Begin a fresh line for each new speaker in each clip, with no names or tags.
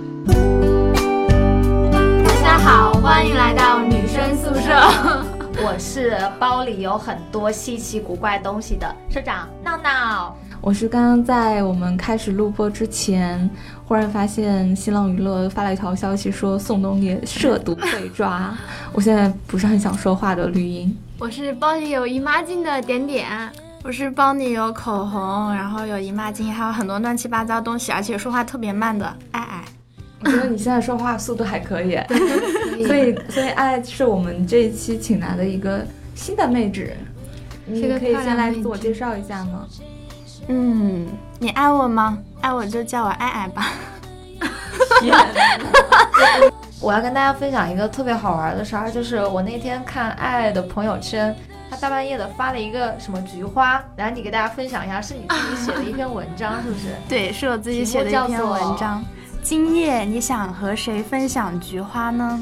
我是包里有很多稀奇古怪东西的社长闹闹。
我是刚刚在我们开始录播之前，忽然发现新浪娱乐发了一条消息说宋冬野涉毒被 抓，我现在不是很想说话的绿茵。
我是包里有姨妈巾的点点，我是包里有口红，然后有姨妈巾，还有很多乱七八糟东西，而且说话特别慢的哎爱爱。
我觉得你现在说话速度还可 以，所以所以爱是我们这一期请来的一个新的妹纸，你
是个
可以
漂
先
亮
来
妹
自我
纸
介绍一下吗？
嗯，你爱我吗？爱哎我就叫我爱爱吧。
我要跟大家分享一个特别好玩的事儿，就是我那天看爱爱的朋友圈，她大半夜的发了一个什么菊花，然后你给大家分享一下，是你自己写的一篇文章，是不是？
对，是我自己写的一篇文章。今夜你想和谁分享菊花呢？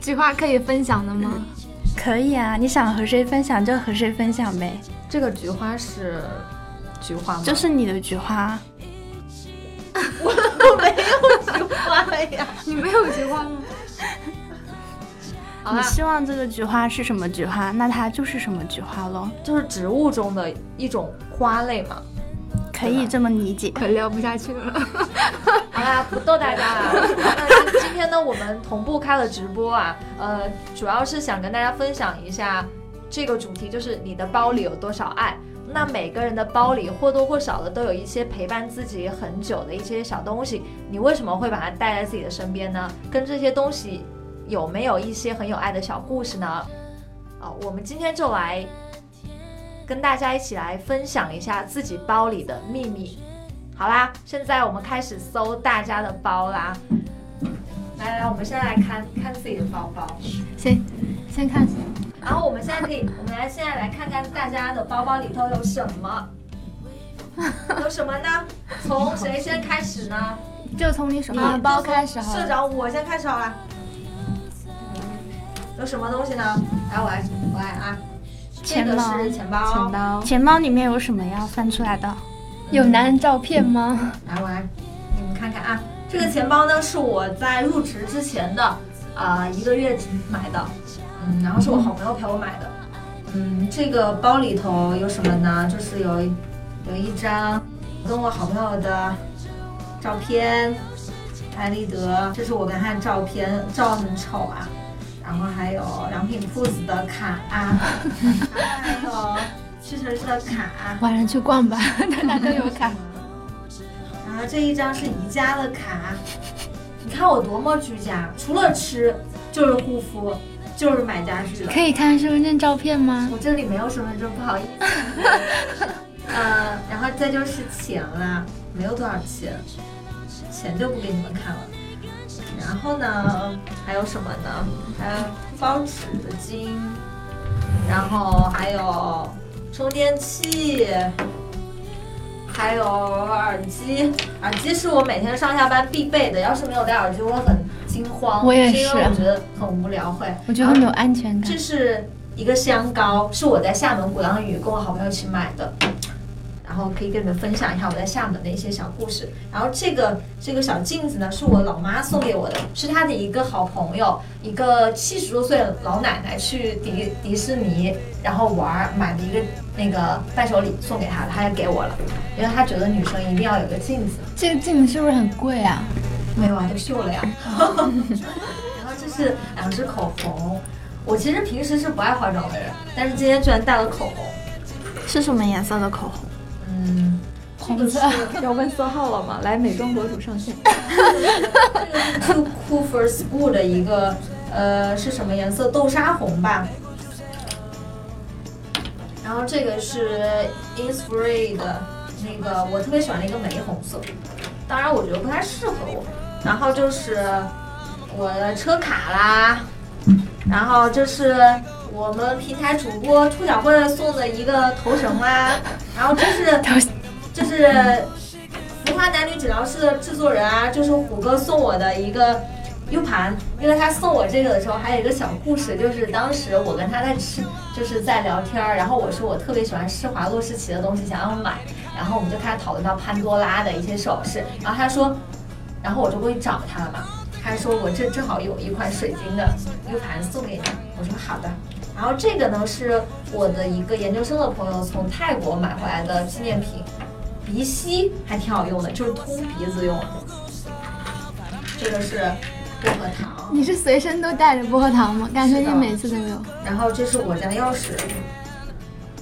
菊花可以分享的吗？
可以啊，你想和谁分享就和谁分享呗，
这个菊花是菊花吗？
就是你的菊花。
你没有菊花吗？
好
你
啦，
希望这个菊花是什么菊花，那它就是什么菊花喽，
就是植物中的一种花类嘛。
可以这么理解。
可聊不下去了。
好啦，不逗大家了。那今今天呢，我们同步开了直播啊，呃，主要是想跟大家分享一下这个主题，就是你的包里有多少爱。那每个人的包里或多或少的都有一些陪伴自己很久的一些小东西，你为什么会把它带在自己的身边呢？跟这些东西有没有一些很有爱的小故事呢？啊，我们今天就来跟大家一起来分享一下自己包里的秘密。好啦，现在我们开始搜大家的包啦。来来，我们现在来看看自己的包包，
先先看，
然后我们现在可以，我们来现在来看看大家的包包里头有什 么，有什么呢？从谁先开始呢？
就从你手
你
上的包开始好
社
了。
长，我先开始好了。有什么东西呢？来，我来，我来啊。这个是钱包，
剪刀，
钱包里面有什么要翻出来的？
有男人照片吗？
来，我来，你们看看啊，这个钱包呢是我在入职之前的啊、一个月买的，嗯，然后是我好朋友陪我买的，嗯，这个包里头有什么呢？就是有一有一张跟我好朋友的照片，艾丽德，这是我跟他的照片，照得很丑啊。然后还有良品铺子的卡啊， 然后还有屈臣氏的卡、啊
晚上去逛吧， 大家都有卡。
然后啊这一张是宜家的卡，你看我多么居家，除了吃就是护肤，就是买家具的。
可以看身份证照片吗？
我这里没有身份证，不好意思。 呃，然后再就是钱啦，没有多少钱，钱就不给你们看了。然后呢，还有什么呢？还有包纸的巾，然后还有充电器，还有耳机。耳机是我每天上下班必备的，要是没有戴耳机，我会很惊慌。
我也
因为
是
我觉得很无聊，会。
我觉得没有安全感
这。是一个香膏，是我在厦门鼓浪屿跟我好朋友一起买的，然后可以跟你们分享一下我在厦门的一些小故事。然后这个这个小镜子呢，是我老妈送给我的，是她的一个好朋友，一个七十多岁的老奶奶去迪迪士尼，然后玩儿买的一个那个伴手礼送给她的，她也给我了，因为她觉得女生一定要有个镜子。
这个镜子是不是很贵啊？
没有啊，都秀了呀。 然后这是两支口红，我其实平时是不爱化妆的人，但是今天居然带了口红。
是什么颜色的口红？
嗯，
红色。
要问色号了吗？来美妆博主上线。
这个是 Too Cool for School 的一个呃是什么颜色？豆沙红吧。然后这个是 Inspire 的那个，我特别喜欢的一个玫红色，当然我觉得不太适合我。然后就是我的车卡啦，然后就是我们平台主播兔小慧送的一个头绳啦，然后这是这是《浮华男女诊疗室》的制作人啊，就是虎哥送我的一个 U 盘，因为他送我这个的时候，还有一个小故事，就是当时我跟他在吃，就是在聊天儿，然后我说我特别喜欢施华洛世奇的东西，想要买，然后我们就开始讨论到潘多拉的一些首饰，然后他说，然后我就过去找他了嘛。他说我这正好有一款水晶的 U 盘送给你，我说好的。然后这个呢是我的一个研究生的朋友从泰国买回来的纪念品，鼻吸还挺好用的，就是通鼻子用的。这个是薄荷糖，
你是随身都带着薄荷糖吗？感觉你
是的
每次都有。
然后这是我家的钥匙，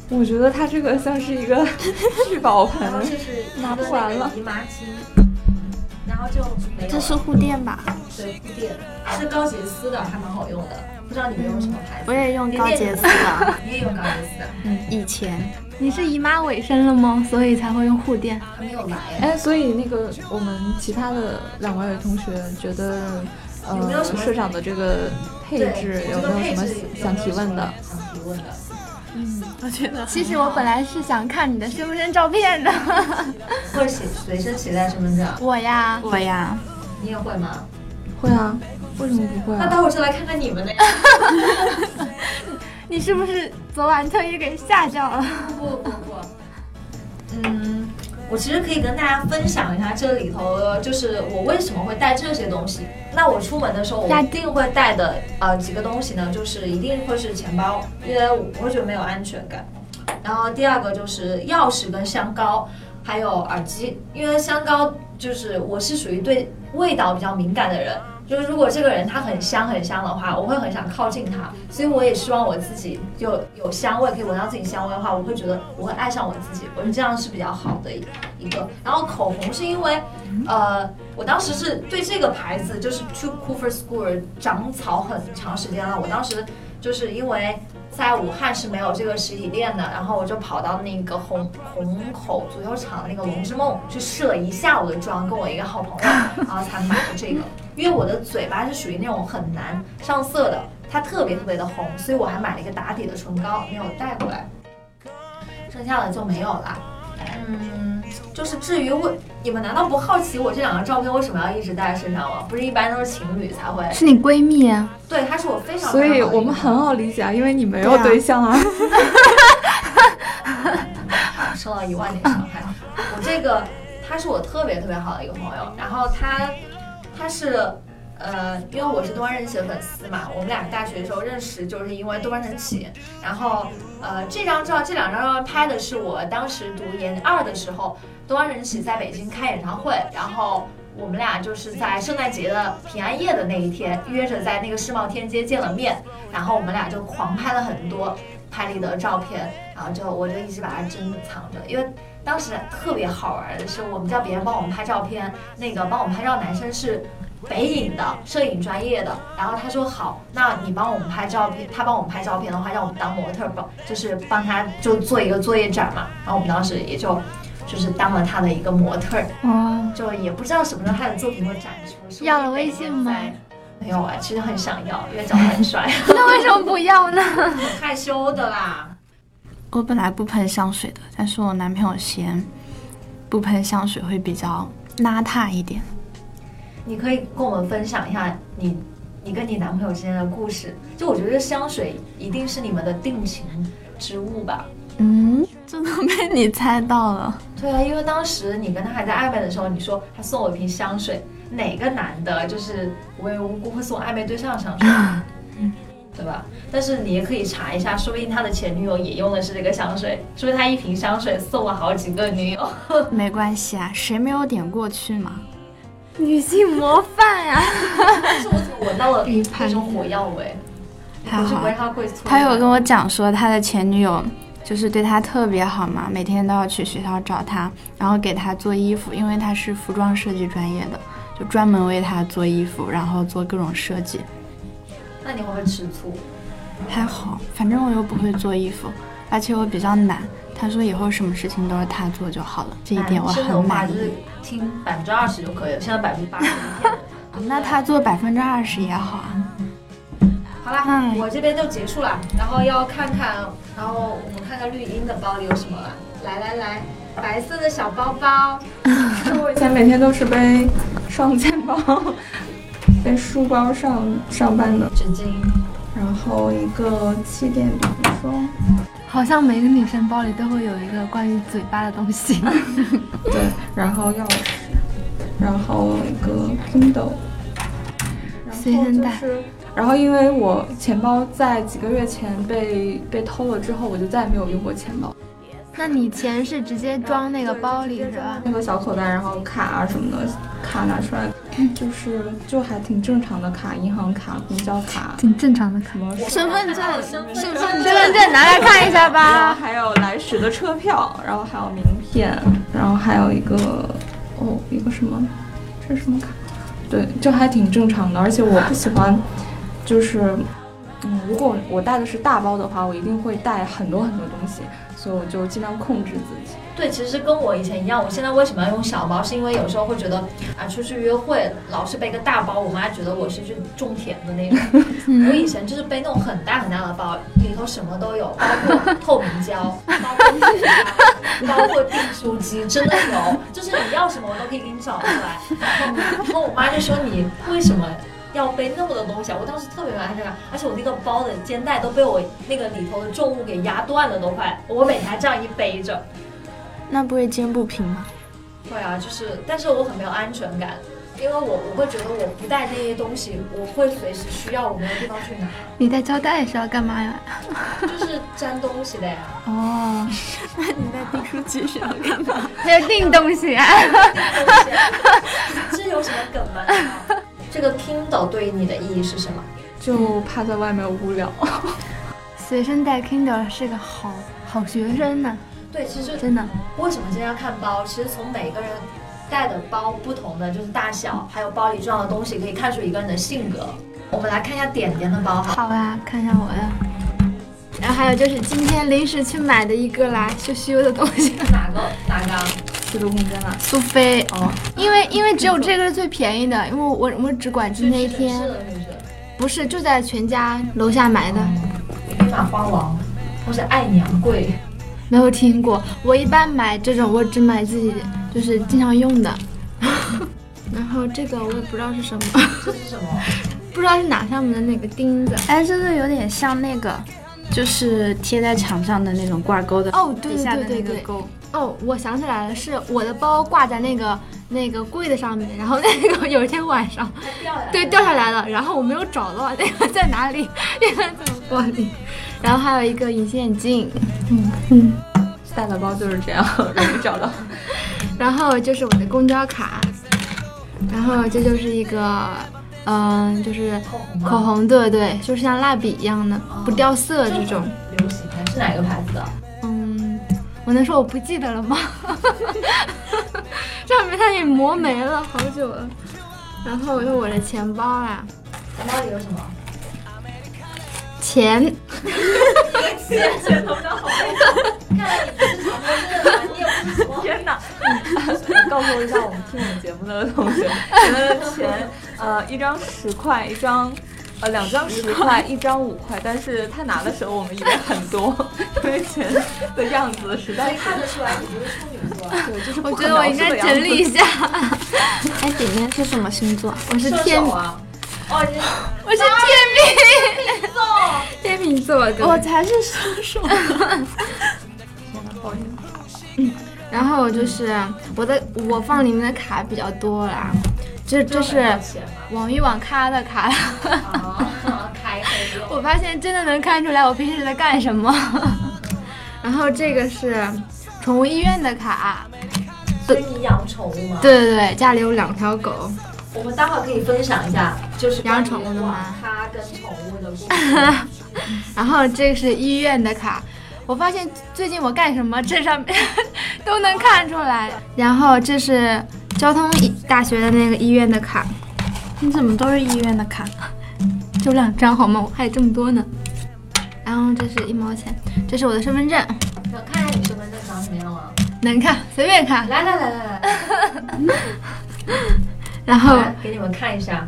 我觉得它这个像是一个 聚宝盆
然后这是一
拿
个
不完
那
了
个姨妈巾，然后就没有了。
这是护垫吧？
对护垫，是高洁丝的，还蛮好用的。不知道你们用什么牌子？
我也用高洁丝的，
你也用高洁丝的？
嗯
以前
你是姨妈尾声了吗？所以才会用护垫。
还没有来哎。
哎，所以那个我们其他的两位同学觉得，呃，
有没有什么
社长的这个配
对
置
这
有
个
没
配
有什么
置有没有
想提问的？
什么想提问的，
其实我本来是想看你的身份证照 片的。
或者写随身携带身份证，
我呀，
我呀，
你也会吗？
会啊，为什么不会
那
啊？
待会儿就来看看你们的呀。
你是不是昨晚特意给吓掉了？
不不不，嗯，我其实可以跟大家分享一下这里头的，就是我为什么会带这些东西。那我出门的时候，我
那
一定会带的呃几个东西呢，就是一定会是钱包，因为我会觉得没有安全感。然后第二个就是钥匙跟香膏，还有耳机，因为香膏就是我是属于对味道比较敏感的人。就是如果这个人他很香很香的话，我会很想靠近他，所以我也希望我自己就有香味，可以闻到自己香味的话，我会觉得我会爱上我自己，我觉得这样是比较好的一一个。然后口红是因为，呃，我当时是对这个牌子就是去 Cooper School 长草很长时间了，我当时就是因为在武汉是没有这个实体店的，然后我就跑到那个虹虹口足球场那个龙之梦去试了一下午的妆，跟我一个好朋友， 然后才买的这个。因为我的嘴巴是属于那种很难上色的，它特别特别的红，所以我还买了一个打底的唇膏，没有带过来，剩下的就没有了。嗯，就是至于为你们难道不好奇我这两张照片为什么要一直带在身上吗？不是一般都是情侣才会？
是你闺蜜啊？
对，它是我非常
所
非
以
常好的
我们
一个
很好理解啊，因为你没有
对啊
对象啊。
受到一万点伤害。我这个他是我特别特别好的一个朋友，然后他他是呃，因为我是东方神起的粉丝嘛，我们俩大学的时候认识，就是因为东方神起。然后呃，这张照这两张照拍的是我当时读研二的时候，东方神起在北京开演唱会，然后。我们俩就是在圣诞节的平安夜的那一天，约着在那个世贸天阶见了面，然后我们俩就狂拍了很多拍立得的照片，然后就我就一直把它珍藏着，因为当时特别好玩的是，我们叫别人帮我们拍照片，那个帮我们拍照男生是北影的摄影专业的，然后他说好，那你帮我们拍照片，他帮我们拍照片的话，让我们当模特儿帮，就是帮他就做一个作业展嘛，然后我们当时也就。就是当了他的一个模特儿，
哦，
就也不知道什么时候他的作品会展出。
要了微信吗？
没有啊，其实很想要，因为长得很帅，
那为什么不要呢？
害羞的啦。
我本来不喷香水的，但是我男朋友嫌不喷香水会比较邋遢一点。
你可以跟我们分享一下你你跟你男朋友之间的故事。就我觉得香水一定是你们的定情之物吧。
嗯，这都被你猜到了。
对啊，因为当时你跟他还在暧昧的时候，你说他送我一瓶香水，哪个男的就是无缘无故会送暧昧对象香水？对吧？但是你也可以查一下，说不定他的前女友也用的是这个香水，说不定他一瓶香水送了好几个女友。
没关系啊，谁没有点过去嘛？
女性模范啊呀、
但是我怎么闻到了
预
那
判
种火药味？
还
我是
好
不
啊
会他会错。
他有跟我讲说，他的前女友就是对他特别好嘛，每天都要去学校找他，然后给他做衣服，因为他是服装设计专业的，就专门为他做衣服，然后做各种设计。
那你会不会吃醋？
还好，反正我又不会做衣服，而且我比较懒。他说以后什么事情都是他做就好了，这一哎点我
男生哎的
很
话
满
就是
意。
听百分之二十就可以了，现在百分之八 十。
那他做百分之二十也好啊。
好啦
哎，
我这边就结束了，然后要看看，然后我们看看绿茵的包里有什么了。来来来，白色的小包包，
我 以前每天都是背双肩包、背书包上上班的，
纸巾，
然后一个气垫笔记霜，
好像每个女生包里都会有一个关于嘴巴的东西。
对，然后钥匙，然后一个 Kindle，
随身带
就是然后因为我钱包在几个月前被被偷了之后，我就再也没有用过钱包，
那你钱是直接装那个包里是吧？
那个小口袋，然后卡啊什么的，卡拿出来，就是就还挺正常的卡，银行卡、公交卡，
挺正常的卡
什。么
身份证，身份
身份证拿来看一
然
下
后
吧。
还有来时的车票，然后还有名片，然后还有一个哦，一个什么，这是什么卡？对，就还挺正常的。而且我不喜欢，就是，嗯，如果我带的是大包的话，我一定会带很多很多东西，所以我就尽量控制自己。
对，其实跟我以前一样，我现在为什么要用小包，是因为有时候会觉得啊，出去约会老是背个大包，我妈觉得我是去种田的那种。我以前就是背那种很大很大的包，里头什么都有，包括透明胶，包括纸胶，包括订书机，真的有，就是你要什么我都可以给你找出来。然后，然后我妈就说你为什么？要背那么多东西啊！我当时特别没安全感，而且我那个包的肩带都被我那个里头的重物给压断了，都快。我每天还这样一背着，
那不会肩不平吗？
会啊，就是，但是我很没有安全感，因为我我会觉得我不带这些东西，我会随时需要，我没有地方去拿，
你带胶带是要干嘛呀？
就是粘东西的呀，
哦，
那你在订书机是要干嘛？
还有订东西啊。
这个东西啊这有什么梗吗？这个 Kindle 对于你的意义是什么？
就怕在外面无聊，
随身带 Kindle 是个好好学生呢、
对，其实
真的。
为什么今天要看包？其实从每个人带的包不同的就是大小，还有包里装的东西，可以看出一个人的性格。我们来看一下点点的包哈，
好啊，看一下我的。然后还有就是今天临时去买的一个啦，羞羞的东西，
哪个哪个啊？
这个空间啦。
苏菲。
哦，
因为因为只有这个是最便宜的，因为我我我只管今天一
是
天，
的，是的。
不是就在全家楼下买的，
兵马花王，或是爱娘贵。
没有听过。我一般买这种，我只买自己就是经常用的。 然后这个我也不知道是什么，
这是什么？
不知道是哪上面的那个钉子。
哎，这个有点像那个，就是贴在墙上的那种挂钩的
哦，对
底
对
下
对
的
对
那个
对，
钩。
哦，我想起来了，是我的包挂在那个那个柜子上面，然后那个有一天晚上， 对，掉下来了，然后我没有找到 那个在哪里，那个在我包里，然后还有一个隐形眼镜，
带的包就是这样，容易找到。
然后就是我的公交卡，然后这就是一个，嗯、就是
口红啊吗
口红，对对，就是像蜡笔一样的，不掉色嗯哦这种。
流行的是哪个牌子的？
嗯，我能说我不记得了吗？ 上面它也磨没了，好久了。然后是我的钱包啊啦，
钱包里有什 么？
钱
看来你不是常规的人，你也不是什么。
天 哪！告诉我一下，我们听我们节目的同学，你们的钱，呃，一张十块，一张，呃，两张十块，一张五块，但是他拿的时候我们以为很多， 因为钱的样子实
所
在
以看得出来你不是处女座。
对，就是
我
不
觉
可
得我
描
应
述的
该
样
整理一
子。
下。
哎，点点是什么星座？
我是
射
天，
手啊！哦，你
我是天秤，天秤座的。
我才是射手。
然后就是我的，我放里面的卡比较多啦，这这是
钱吗？
网易网咖的卡。哦
啊，开黑了。
我发现真的能看出来我平时在干什么。 然后这个是宠物医院的卡，
所以你养宠物吗？。
对对对，家里有两条狗。
我们待会儿可以分享一下，就是
养宠物的吗
他跟宠物的故 事。
然后这个是医院的卡，我发现最近我干什么，这上面 都能看出来。然后这是交通医大学的那个医院的卡，
你怎么都是医院的卡？
就两张好吗？我还有这么多呢。然后这是一毛钱，这是我的身份证，
能看一下你身份证长什么样吗？
能看随便看。
来来来来来，
然后
来给你们看一 下。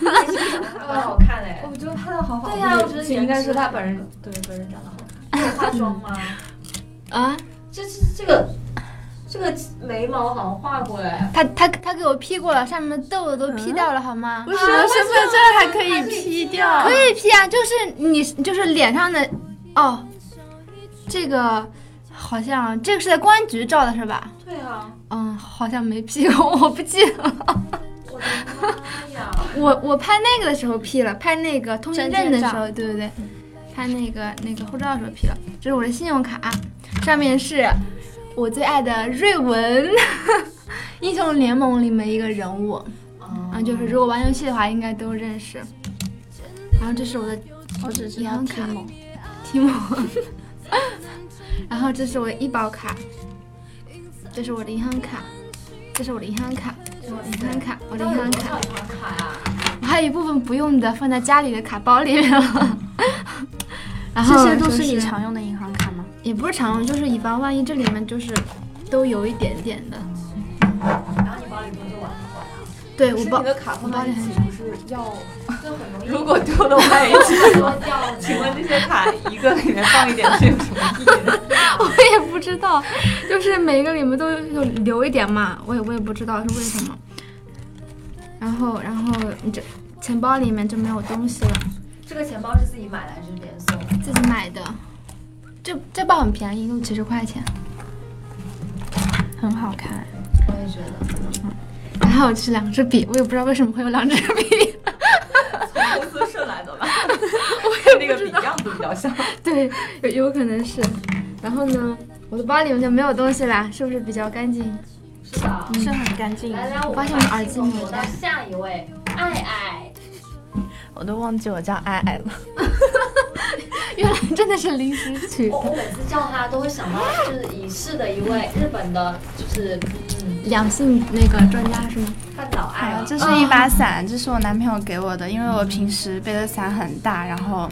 蛮好看哎，
我觉得他的好好，
对呀我觉得
这应该
颜值
是他本人，对本人长得好。
有化妆吗？
啊，
这这这个这个眉毛好像画过哎，
他他他给我 P 过了，上面的痘痘都
嗯
P 掉了，好吗？
为什么身份证还可以 P 掉？
可以 P 啊，就是你就是脸上的哦，这个好像这个是在公安局照的是吧？
对啊，
嗯，好像没 P 过，我不记得了。
我的妈呀！
我我拍那个的时候 P 了，拍那个通行证的时候，对对对，拍那个那个护照的时候 P 了。这是我的信用卡，上面是我最爱的瑞文， 英雄联盟里面一个人物，然后就是如果玩游戏的话，应该都认识。然后这是我的
我只知
银
道
行卡
提猛，
提莫， 然后这是我的医保卡，这是我的银行卡，这是我的银行卡，这是我的银行卡，我的银行卡。
银行卡呀，
我还有一部分不用的放在家里的卡包里面 了。然后
这些都
就是
你常用的银行卡吗？
也不是常用，就是以防万一，这里面就是都有一点点的。
然后你包里不是玩过呀？
对我
是
包
你的卡放在一起不是要，就很容易。
如果丢的话，也
说掉了，
请问这些卡一个里面放一点是有什么意义呢？
我也不知道，就是每一个里面都有留一点嘛，我也我也不知道是为什么。然后然后你这钱包里面就没有东西了，
这个钱包是自己买的还是别送？
自己买的。这这包很便宜，就几十块钱。
很好看。
我也觉得。
然后是两支笔，我也不知道为什么会有两支笔。
从公司顺来的 吧？跟那个笔样子比较像。
对，有有可能是。然后呢，我的包里面就没有东西啦，是不是比较干净？
是的，
是很干净
来来，嗯我
发现我
们
的
把
耳
信
机
号
没
挪
带
到下一位，爱爱。
我都忘记我叫爱爱了。
原来真的是临时取
我我每次叫他都会想到就是已逝的一位日本的，就是嗯，
两性那个专家是吗？
半岛爱啊，
哎这是一把伞，这是我男朋友给我的，因为我平时背的伞很大，然后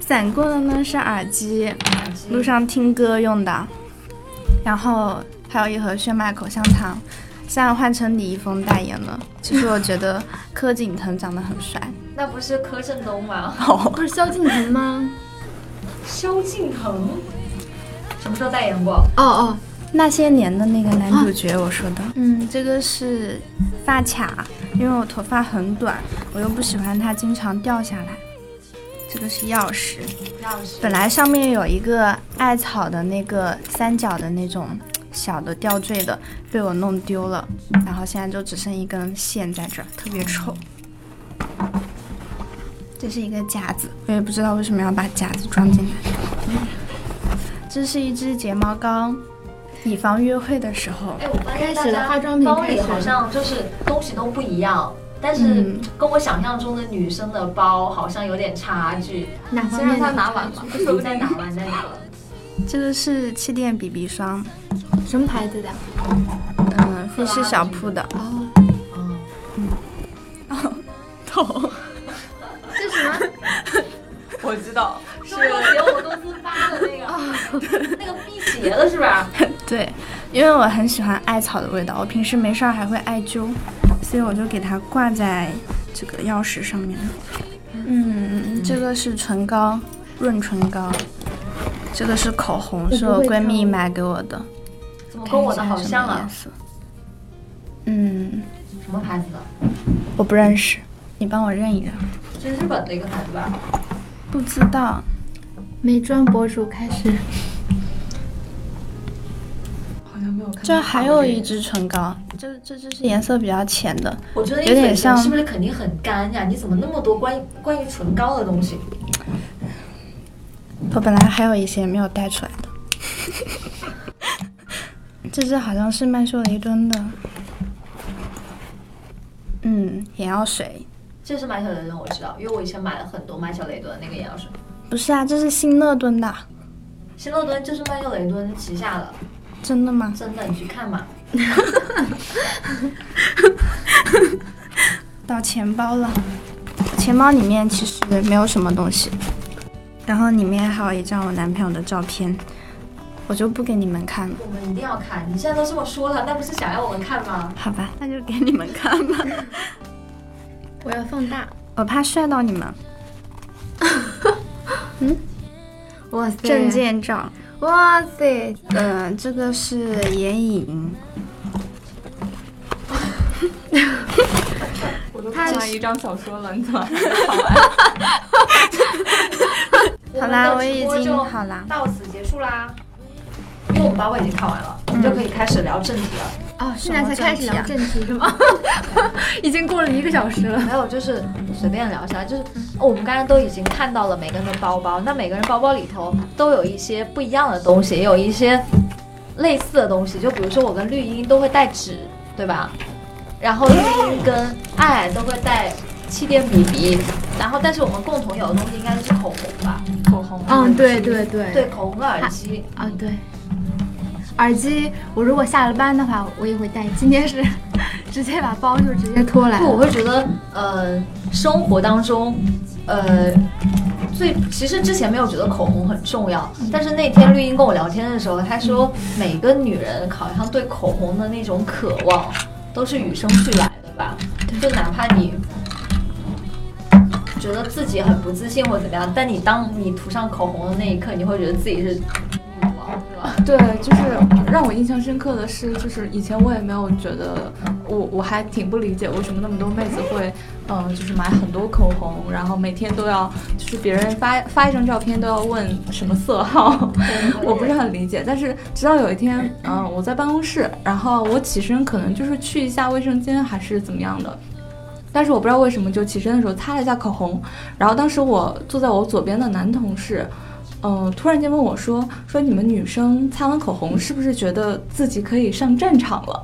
伞棍的呢是耳机，路上听歌用的，然后还有一盒炫迈口香糖。现在换成李易峰代言了。其实我觉得柯景腾长得很帅，
那不是柯震东吗？
不是萧敬腾吗？
萧敬腾什么时候代言过？
哦哦，
那些年的那个男主角，我说的。嗯，这个是发卡，因为我头发很短，我又不喜欢它经常掉下来。这个是钥匙，
钥匙
本来上面有一个艾草的那个三角的那种小的吊坠的，被我弄丢了，然后现在就只剩一根线在这儿，特别丑。这是一个夹子，我也不知道为什么要把夹子装进来。这是一支睫毛膏，以防约会的时候。
哎，我发现
开
大
始了，
家
化妆品
包
开
里
始
好
了。
像就是东西都不一样，但是
嗯
跟我想象中的女生的包好像有点差距。
哪方
先让
面
他
的？
拿完吧。
在哪玩在哪玩？
这个是气垫 BB 霜，
什么牌子的？
嗯，富士小铺的。
哦，
嗯，
这是什么？
我知道，
是给我们公司发的那个
哦
那个辟邪的是吧？
对，因为我很喜欢艾草的味道，我平时没事儿还会艾灸，所以我就给它挂在这个钥匙上面。嗯，这个是唇膏，润唇膏。这个是口红，是我闺蜜买给我的，
怎么跟我的好像啊
看一下？什么颜色。嗯，
什么牌子的？
我不认识，你帮我认一认。
是日本的一个牌子吧？
不知道，
美妆博主开始。
好像没有看。
这还有一支唇膏，这这支是颜色比较浅的，
我觉得
有点像
你粉是不是肯定很干呀？你怎么那么多关于关于唇膏的东西？
我本来还有一些没有带出来的。 这支好像是曼秀雷敦的，嗯，眼药水
这是麦小雷敦，我知道，因为我以前买了很多麦小雷敦那个眼药水。
不是啊，这是新乐敦的，
新乐敦就是麦秀雷敦旗下的，
真的吗？
真的，你去看嘛。
到钱包了，钱包里面其实没有什么东西，然后里面还有一张我男朋友的照片，我就不给你们看了，
我们一定要看，你现在都这么说了，那不是想要我们看吗？
好吧？那就给你们看吧，
我要放大。
我怕帅到你们。
哇塞！
证。件照，
哇塞！
呃，这个是眼影，
他像一张小说了，你怎么？
好啦，
我们
我
的
已
直播
经
就
好啦。嗯
到此结束啦，因为我们八卦已经看完了，我们就可以开始聊正题了。
哦
啊，现在才开始
什么
聊正题是吗？ 已经过了一个小时了。
还有就是随便聊一下，就是、哦我们刚才都已经看到了每个人的包包，那每个人包包里头都有一些不一样的东西，也有一些类似的东西。就比如说我跟绿茵都会带纸，对吧？然后绿茵跟爱爱都会带气垫笔笔，然后但是我们共同有的东西应该就是口红吧？口红，
嗯，对对对
对，口红跟耳机。
啊对。耳机，我如果下了班的话，我也会戴。今天是直接把包就直接拖来
不，
嗯
我
了。
会觉得，呃，生活当中，呃，最其实之前没有觉得口红很重要，
嗯
但是那天绿茵跟我聊天的时候，她说每个女人好像对口红的那种渴望都是与生俱来的吧，就哪怕你。觉得自己很不自信或怎么样，但你当你涂上口红的那一刻，你会觉得自己是女王，对吧？
对，就是 让我印象深刻的是，就是以前我也没有觉得，我我还挺不理解为什么那么多妹子会，嗯、就是买很多口红，然后每天都要，就是别人发发一张照片都要问什么色号， 我不是很理解。但是直到有一天，嗯、我在办公室，然后我起身可能就是去一下卫生间还是怎么样的。但是我不知道为什么，就起身的时候擦了一下口红，然后当时我坐在我左边的男同事，嗯，突然间问我说：“说你们女生擦完口红是不是觉得自己可以上战场了？”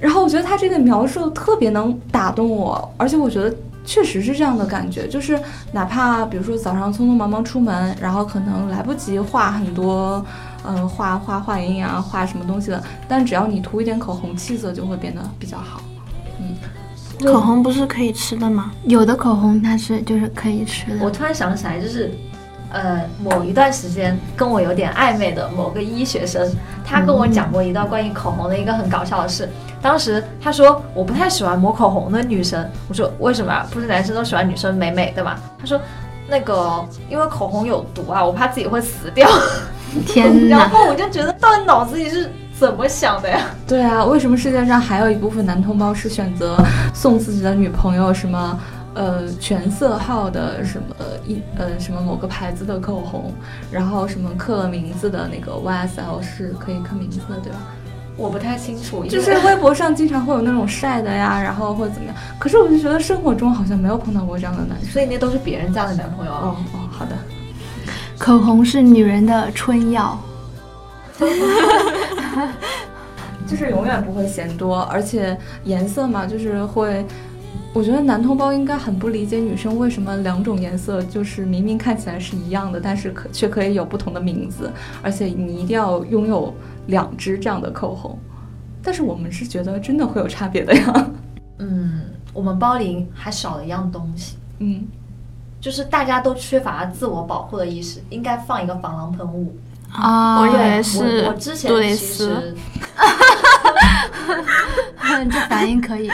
然后我觉得他这个描述特别能打动我，而且我觉得确实是这样的感觉，就是哪怕比如说早上匆匆忙忙出门，然后可能来不及画很多，嗯，画画画眼影啊，画什么东西的，但只要你涂一点口红，气色就会变得比较好。
口红不是可以吃的吗？
有的口红它是就是可以吃
我
的，
突然想起来，就是，呃，某一段时间跟我有点暧昧的某个医学生，他跟我讲过一段关于口红的一个很搞笑的事。当时他说我不太喜欢抹口红的女生，我说为什么啊？不是男生都喜欢女生美美的嘛？他说那个因为口红有毒啊，我怕自己会死掉。
天
然
哪！
后我就觉得到底脑子里是怎么想的呀？
对啊，为什么世界上还有一部分男同胞是选择送自己的女朋友什么，呃，全色号的什么一呃什么某个牌子的口红，然后什么刻了名字的那个 YSL 是可以刻名字的，对吧？
我不太清楚，因为
就是微博上经常会有那种晒的呀，然后或者怎么样。可是我就觉得生活中好像没有碰到过这样的男生。
所以那都是别人家的男朋友啊。
哦哦，好的。
口红是女人的春药。
就是永远不会嫌多，而且颜色嘛，就是会。我觉得男同胞应该很不理解女生为什么两种颜色就是明明看起来是一样的，但是可却可以有不同的名字，而且你一定要拥有两支这样的口红。但是我们是觉得真的会有差别的呀。
嗯，我们包里还少了一样东西。
嗯，
就是大家都缺乏自我保护的意识，应该放一个防狼喷雾。
啊我以为
我我
是
之前
杜蕾
其
斯
实，
这反应可以，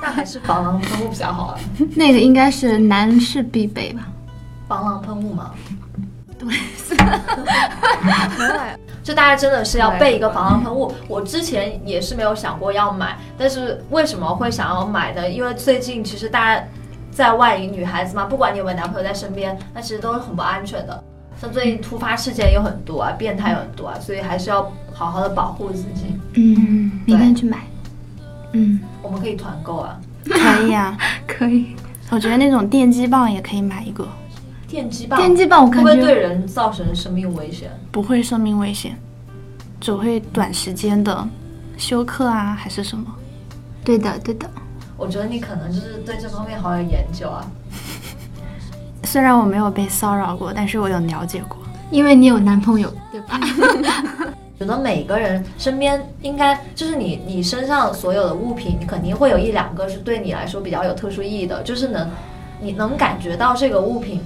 那还是防狼喷雾比较好啊。
那个应该是男士必备吧？
防狼喷雾 嘛，
原来
就大家真的是要备一个防狼喷雾。我之前也是没有想过要买，但是为什么会想要买呢？因为最近其实大家在外，女孩子嘛，不管你有没有男朋友在身边，那其实都是很不安全的。像最近突发事件有很多啊，变态有很多啊，所以还是要好好的保护自己。
嗯，明天去买。嗯，
我们可以团购啊，
可以啊。
可以。
我觉得那种电击棒也可以买一个，
电击棒，
电击棒我
会
感
不会对
觉
人造成生命危险？
不会生命危险，只会短时间的休克啊，还是什么？
对的，对的。
我觉得你可能就是对这方面好有研究啊。
虽然我没有被骚扰过，但是我有了解过。
因为你有男朋友，对 吧？
觉得每个人身边应该就是你，你身上所有的物品，你肯定会有一两个是对你来说比较有特殊意义的，就是能，你能感觉到这个物品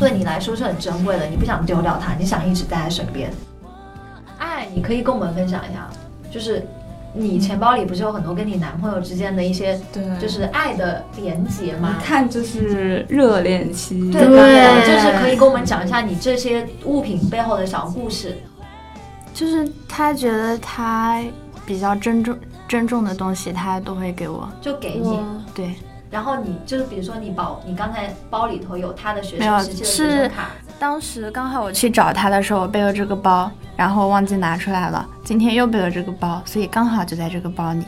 对你来说是很珍贵的，你不想丢掉它，你想一直带在身边。哎，你可以跟我们分享一下，就是你钱包里不是有很多跟你男朋友之间的一些
对，
就是爱的连结吗？
看就是热恋期。
对，
对
就是可以跟我们讲一下你这些物品背后的小故事。
就是他觉得他比较珍重珍重的东西，他都会给我。
就给你，
对，
然后你就是比如说你包，你刚才包里头有他的学
没
生
有
时期的学生
是
卡，
当时刚好我去找他的时候，我背了这个包，然后忘记拿出来了。今天又背了这个包，所以刚好就在这个包里。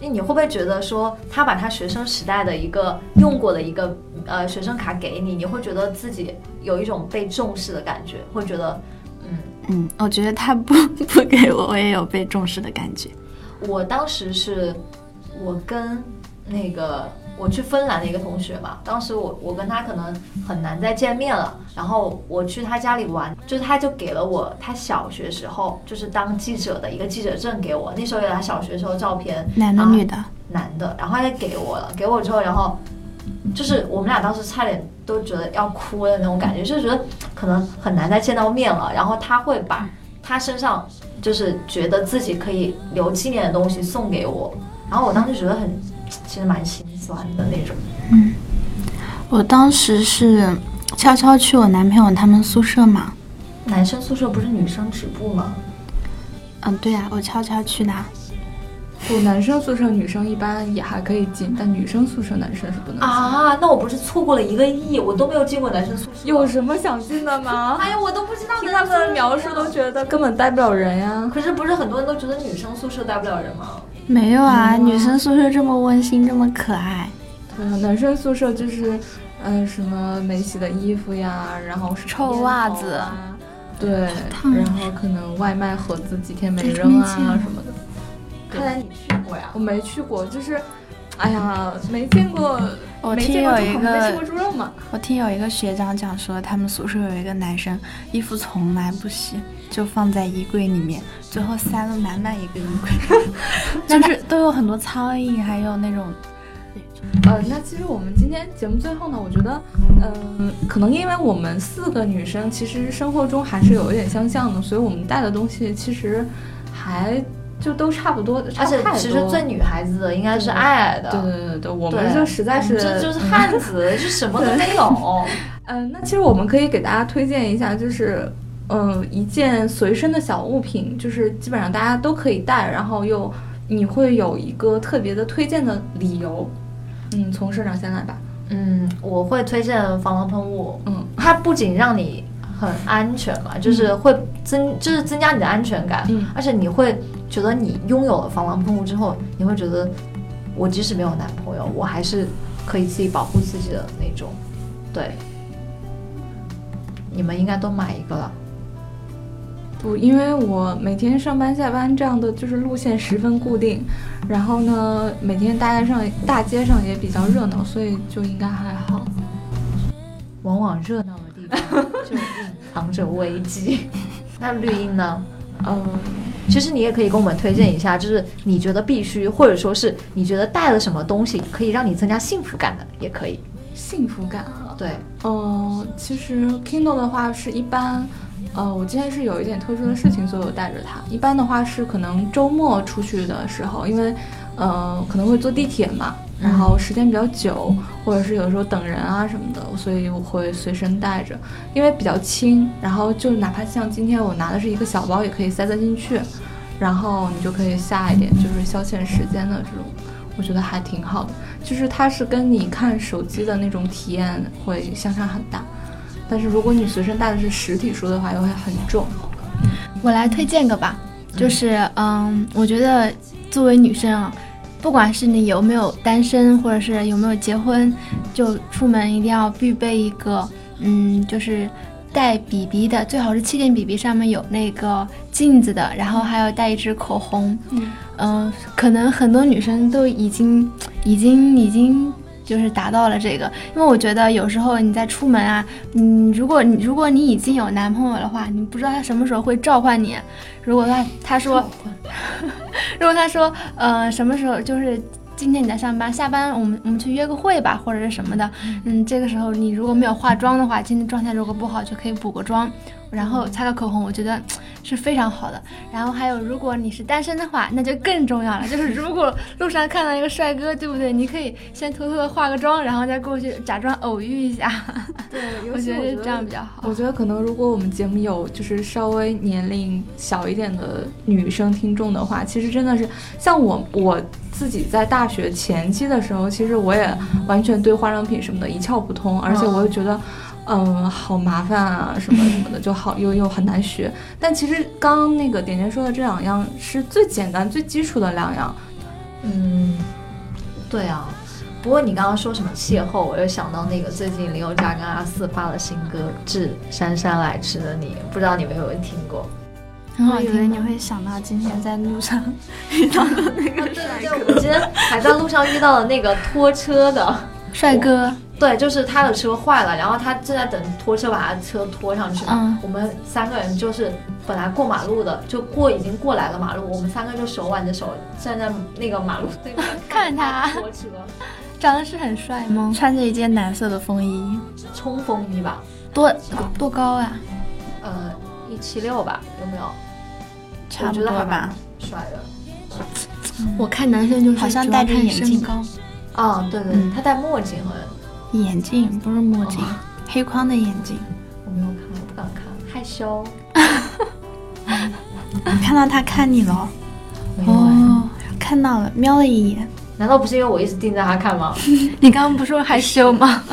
那你会不会觉得说，他把他学生时代的一个用过的一个呃学生卡给你，你会觉得自己有一种被重视的感觉，会觉得嗯，
嗯，我觉得他不 不给我，我也有被重视的感觉。
我当时是，我跟那个我去芬兰的一个同学嘛，当时我我跟他可能很难再见面了，然后我去他家里玩，就是他就给了我他小学时候就是当记者的一个记者证给我，那时候有他小学时候照片，
男的
啊
女的？
男的，然后他就给我了，给我之后，然后就是我们俩当时差点都觉得要哭的那种感觉，就觉得可能很难再见到面了。然后他会把他身上就是觉得自己可以留纪念的东西送给我，然后我当时觉得很，其实蛮心酸的那种。
我当时是悄悄去我男朋友他们宿舍嘛。
男生宿舍不是女生止步吗？
嗯，对啊，我悄悄去的啊。
不，男生宿舍女生一般也还可以进，但女生宿舍男生是不能进。
啊，那我不是错过了一个亿，我都没有进过男生宿舍。
有什么想进的吗？
哎呀，我都不知道
听他们的描述都觉得根本带不了人呀。
可是不是很多人都觉得女生宿舍带不了人吗？
没有啊，女生宿舍这么温馨，这么可爱。
对啊，男生宿舍就是，嗯、什么没洗的衣服呀，然后是
臭
烟
袜
头
子
啊，对，
烫啊
然后可能外卖盒子几天没扔啊
没见过
什么的。
看来你去过呀。
我没去过，就是，哎呀，没见过，
我
没
听
见过
有
猪
一
口，没吃
个
过猪肉嘛。
我听有一个学长讲说，他们宿舍有一个男生衣服从来不洗，就放在衣柜里面，最后塞了满满一个衣 柜，就是都有很多苍蝇，还有那种
呃，那其实我们今天节目最后呢，我觉得，嗯、可能因为我们四个女生其实生活中还是有一点相像的，所以我们带的东西其实还就都差不多，差
而且
不太多。嗯
其实最女孩子的应该是爱爱的，
对对对对，我
对
们就实在是，
这就是汉子， 就什么都没有。
嗯、那其实我们可以给大家推荐一下，就是。嗯，一件随身的小物品，就是基本上大家都可以带，然后又你会有一个特别的推荐的理由。嗯，从社长先来吧。
嗯，我会推荐防狼喷雾，
嗯，
它不仅让你很安全嘛，就是会增，就是增加你的安全感，
嗯
而且你会觉得你拥有了防狼喷雾之后，你会觉得我即使没有男朋友，我还是可以自己保护自己的那种。对，你们应该都买一个了。
不，因为我每天上班下班这样的就是路线十分固定，然后呢，每天大街上大街上也比较热闹，所以就应该还好。
往往热闹的地 方就蕴藏着危机。 那绿茵呢？
嗯，
其实你也可以跟我们推荐一下，就是你觉得必须，或者说是你觉得带了什么东西可以让你增加幸福感的，也可以。
幸福感啊，
对，
嗯，其实 Kindle 的话是一般，呃，我今天是有一点特殊的事情，所以我带着它。一般的话是可能周末出去的时候，因为，呃，可能会坐地铁嘛，然后时间比较久，或者是有时候等人啊什么的，所以我会随身带着，因为比较轻，然后就哪怕像今天我拿的是一个小包，也可以塞得进去，然后你就可以下一点，就是消遣时间的这种，我觉得还挺好的。就是它是跟你看手机的那种体验会相差很大，但是如果你随身带的是实体书的话，又会很重。
我来推荐个吧，就是嗯，我觉得作为女生啊，不管是你有没有单身，或者是有没有结婚，就出门一定要必备一个，嗯，就是带笔笔的，最好是气垫笔笔上面有那个镜子的，然后还有带一支口红。
嗯
嗯、可能很多女生都已经已经已经就是达到了这个，因为我觉得有时候你在出门啊，嗯，如果你如果你已经有男朋友的话，你不知道他什么时候会召唤你。如果他他说， 如果他说，呃，什么时候就是今天你在上班，下班我们我们去约个会吧，或者是什么的，嗯，这个时候你如果没有化妆的话，今天状态如果不好，就可以补个妆，然后擦个口红，我觉得是非常好的。然后还有，如果你是单身的话，那就更重 要了，就是如果路上看到一个帅哥，对不对？你可以先偷偷的化个妆，然后再过去假装偶遇一下。
对，
我觉得这样比较好。
我觉得可能如果我们节目有就是稍微年龄小一点的女生听众的话，其实真的是像我我自己在大学前期的时候，其实我也完全对化妆品什么的一窍不通，而且我又觉得嗯，好麻烦啊，什么什么的，就好又又很难学。但其实刚刚那个点点说的这两样是最简单、最基础的两样。
嗯，对啊。不过你刚刚说什么邂逅，我又想到那个最近林宥嘉跟阿四发了新歌《致姗姗来迟的你》，不知道你们有没有听 过？
很好听。你会想到今天在路上遇到的那个
啊对对对，我们今天还在路上遇到了那个拖车的，
帅哥，
对，就是他的车坏了，然后他正在等拖车把他车拖上去。
嗯
我们三个人就是本来过马路的，就过已经过来了马路，我们三个就手挽着手站在那个马路对面
看他
拖车
长得是很帅吗？穿着一件蓝色的风衣，
冲锋衣吧，
多多高啊？
呃，一七六吧，有没有？
差不
我觉得
多
还
吧
蛮，帅的。
我看男生就是
好像
主要
戴着
看
眼
身
镜
高，
啊，对对，
嗯
他戴墨镜好像，
眼镜不是墨镜，
哦
黑框的眼镜。
我没有看，我不敢看，害
哦
羞。
你看到他看你了？
没有哎、
哦，看到了，瞄了一眼。
难道不是因为我一直盯着他看吗？
你刚刚不是说害羞吗？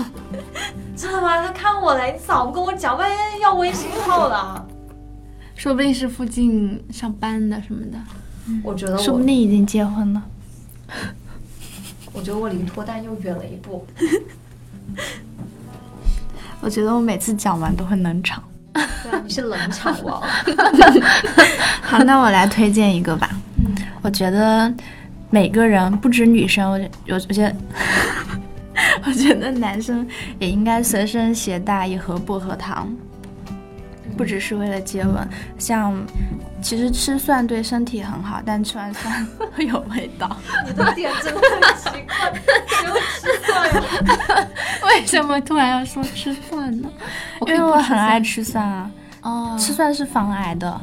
真的吗？他看我嘞，你早不跟我讲，万一要微信号了。
说不定是附近上班的什么的。
我觉得
说不
我，
定已经结婚了。
我觉得我离脱单又远了一步。
我觉得我每次讲完都会冷场。
对啊，你是冷场王。
好，那我来推荐一个吧。我觉得每个人不止女生，我觉我我 觉得。我觉得男生也应该随身携带一盒薄荷糖，不只是为了接吻。像，其实吃蒜对身体很好，但吃完蒜会有味道。
你的点真的很奇怪，只有吃蒜有
为什么突然要说吃蒜呢？因 为我很爱吃蒜哦啊，
哦
吃蒜是防癌的，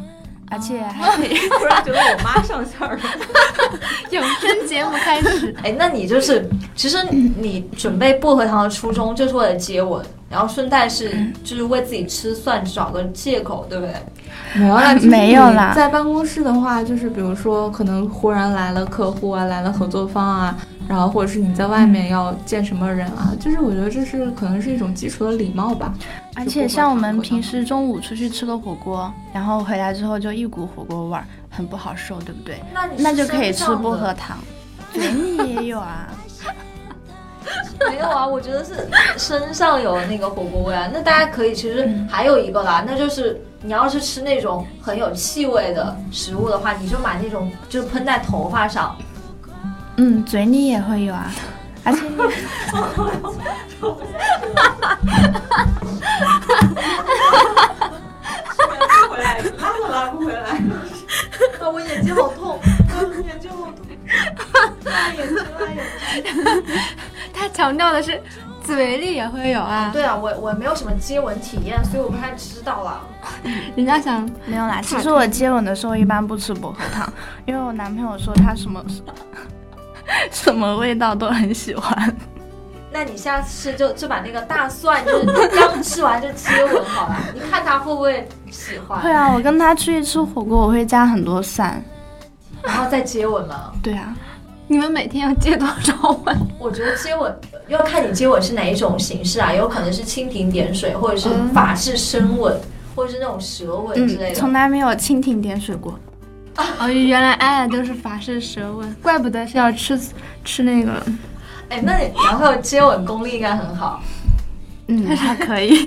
而 且还可以。
突然觉得我妈上线了。
有声节目开始，
哎，那你就是，其实你准备薄荷糖的初衷就是为了接吻，然后顺带是就是为自己吃蒜找个借口，对不对？
没有
啊
啦，就是
没有啦
你在办公室的话，就是比如说，可能忽然来了客户啊，来了合作方啊，然后或者是你在外面要见什么人啊，就是我觉得这是可能是一种基础的礼貌吧。
而且像我们平时中午出去吃个火锅，然后回来之后就一股火锅味儿，很不好受，对不对？
那你
那
是
就可
身
以吃
上
薄
的
荷糖，嘴里也有啊。
没有啊，我觉得是身上有那个火锅味啊。那大家可以其实还有一个啦，那就是你要是吃那种很有气味的食物的话，你就买那种就是喷在头发上。
嗯，嘴里也会有啊。而且你，
回来拉都拉不回来，
啊，我眼睛好痛，我眼睛好痛，辣眼睛辣眼睛。
他强调的是嘴里也会有啊。
对啊，我我没有什么接吻体验，所以我不太知道啦。
人家想
没有啦，其实我接吻的时候一般不吃薄荷糖，因为我男朋友说他什 么什么味道都很喜欢。
那你下次就就把那个大蒜，就是刚吃完就接吻好了，你看他会不会喜
会
欢，
啊，我跟他出去吃火锅，我会加很多蒜。
然后再接吻吗？
对啊，
你们每天要接多少碗？
我觉得接吻要看你接吻是哪一种形式啊，有可能是蜻蜓点水，或者是法式深吻，或者是那种舌吻之类的。
嗯，从来没有蜻蜓点水过。
哦，原来爱都是法式舌吻，怪不得是要吃吃那个。
哎，那你然后接吻功力应该很好，
嗯， 还可以。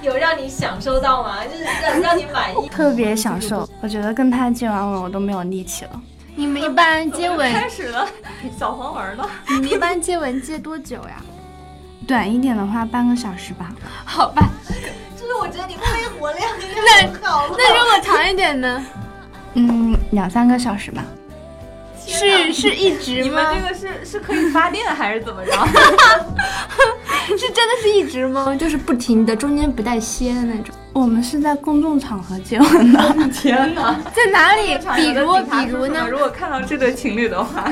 有让你享受到吗？就是让让你满意。
特别享受。我觉得跟他接完吻，我都没有力气了。
你们一般接吻，
始了，小黄文了。
你们一般接吻接多久 呀？
短一点的话，半个小时吧。
好吧，
就是我觉得你肺活 量应该很好吧。
那如果长一点呢？
嗯，两三个小时吧。
是是一直吗？
个是是可以发电还是怎么着？
是真的是一直吗？就是不停的，中间不带歇的那种。
我们是在公众场合接吻的，
天哪！
在哪里？比如比如呢？
如果看到这对情侣的话，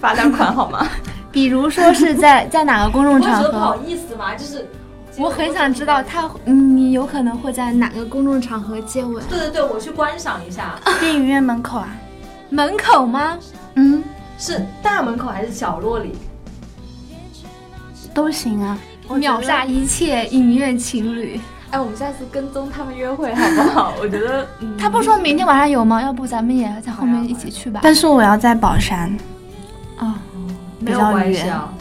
罚点款好吗？
比如说是在在哪个公
我
众
会觉
场
得不好
合？
意思嘛，就是
我很想知道他，嗯你有可能会在哪个公众场合接吻？
对对对，我去观赏一下，
啊
电影院门口啊。
门口吗？
嗯，
是大门口还是角落里？
都行啊。
秒杀一切影院情侣。
哎，我们下次跟踪他 们约会好不好？我觉得，嗯，
他不说明天晚上有吗？要不咱们也在后面一起去吧。
但是我要在宝山，哦
没有
比较
关系
远
啊，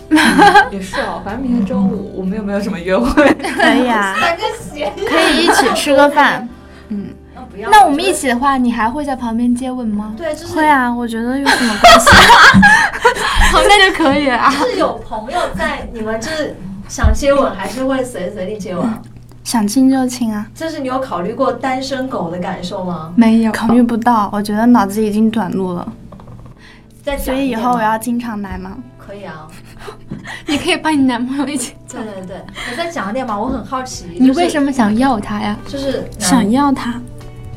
也是哦，反正 明天周五我们又没有什么约会。
可以啊，
反正鞋
可以一起吃个饭。嗯，
不要。
那我们一起的话，你还会在旁边接吻吗？
对，就是
会啊，我觉得有什么关系？
好，那就可以啊。
是有朋友在，你们就是想接吻还是会随时随地接吻？
想亲就亲啊，
就是你有考虑过单身狗的感受吗？
没有
考虑不到，我觉得脑子已经短路了，
再
所
讲
以
一
以
遍
后
吧
我要经常来嘛。
可以啊，
你可以帮你男朋友一起。
对对对，你再讲一点嘛，我很好奇，
你为
么
什么想要他呀？
就是
想要他，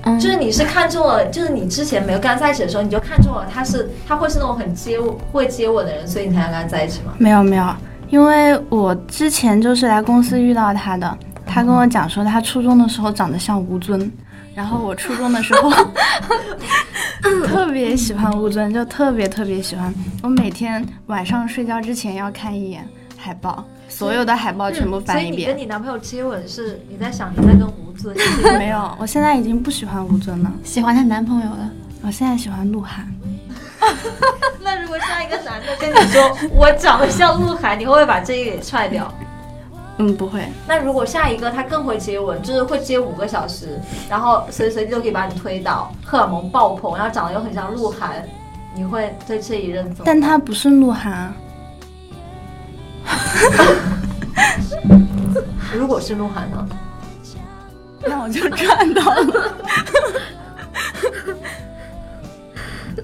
嗯，
就是你是看中了，就是你之前没有跟他在一起的时候，你就看中了他是他会是那种很接吻会接吻的人，所以你才要跟他在一起吗？
没有没有，因为我之前就是来公司遇到他的，他跟我讲说他初中的时候长得像吴尊，然后我初中的时 候特别喜欢吴尊，就特别特别喜欢，我每天晚上睡觉之前要看一眼海报，所有的海报全部翻
所
一
以你跟
遍。
你男朋友接吻是你在想你在跟吴尊一 起
没有，我现在已经不喜欢吴尊了，
喜欢她男朋友了？
我现在喜欢鹿晗。
那如果下一个男的跟你说我长得像鹿晗，你会不会把这个给踹掉？
嗯，不会，
那如果下一个他更会接吻，就是会接五个小时，然后随时随地都可以把你推倒，荷尔蒙爆棚，然后长得又很像鹿晗，你会对这一任怎么？
但他不是鹿晗啊，
如果是鹿晗呢？
那我就赚到了。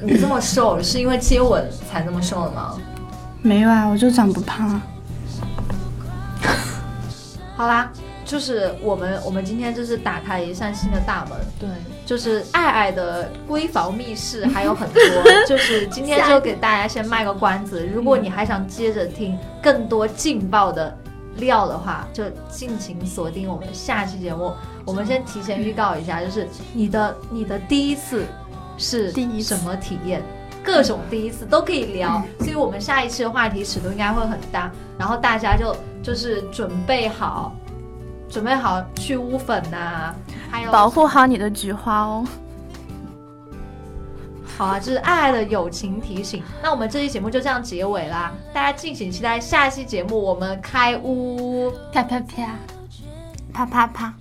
你这么瘦是因为接吻才这么瘦的吗？
没有啊，我就长不胖啊。
好啦，就是我们我们今天就是打开了一扇新的大门，
对，
就是爱爱的闺房密室还有很多，就是今天就给大家先卖个关子。如果你还想接着听更多劲爆的料的话，就尽情锁定我们下期节目。我们先提前预告一下，就是你的你的第一次是
第一次
什么体验？各种第一次都可以聊，所以我们下一期的话题尺度应该会很大，然后大家就就是准备好，准备好去污粉呐、还有
保护好你的菊花哦。
好啊，就是爱爱的友情提醒。那我们这期节目就这样结尾啦，大家敬请期待下期节目，我们开屋。
啪啪啪！
啪啪啪！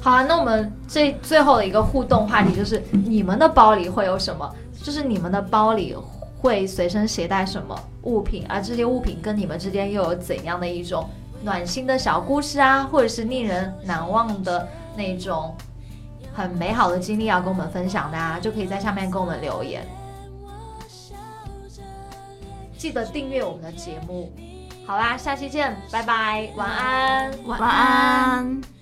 好啊，那我们这最后的一个互动话题就是，你们的包里会有什么？就是你们的包里会随身携带什么物品？而这些物品跟你们之间又有怎样的一种暖心的小故事啊，或者是令人难忘的那种很美好的经历要跟我们分享的啊，就可以在下面跟我们留言。记得订阅我们的节目。好啦，下期见，拜拜，晚安。
晚
晚安。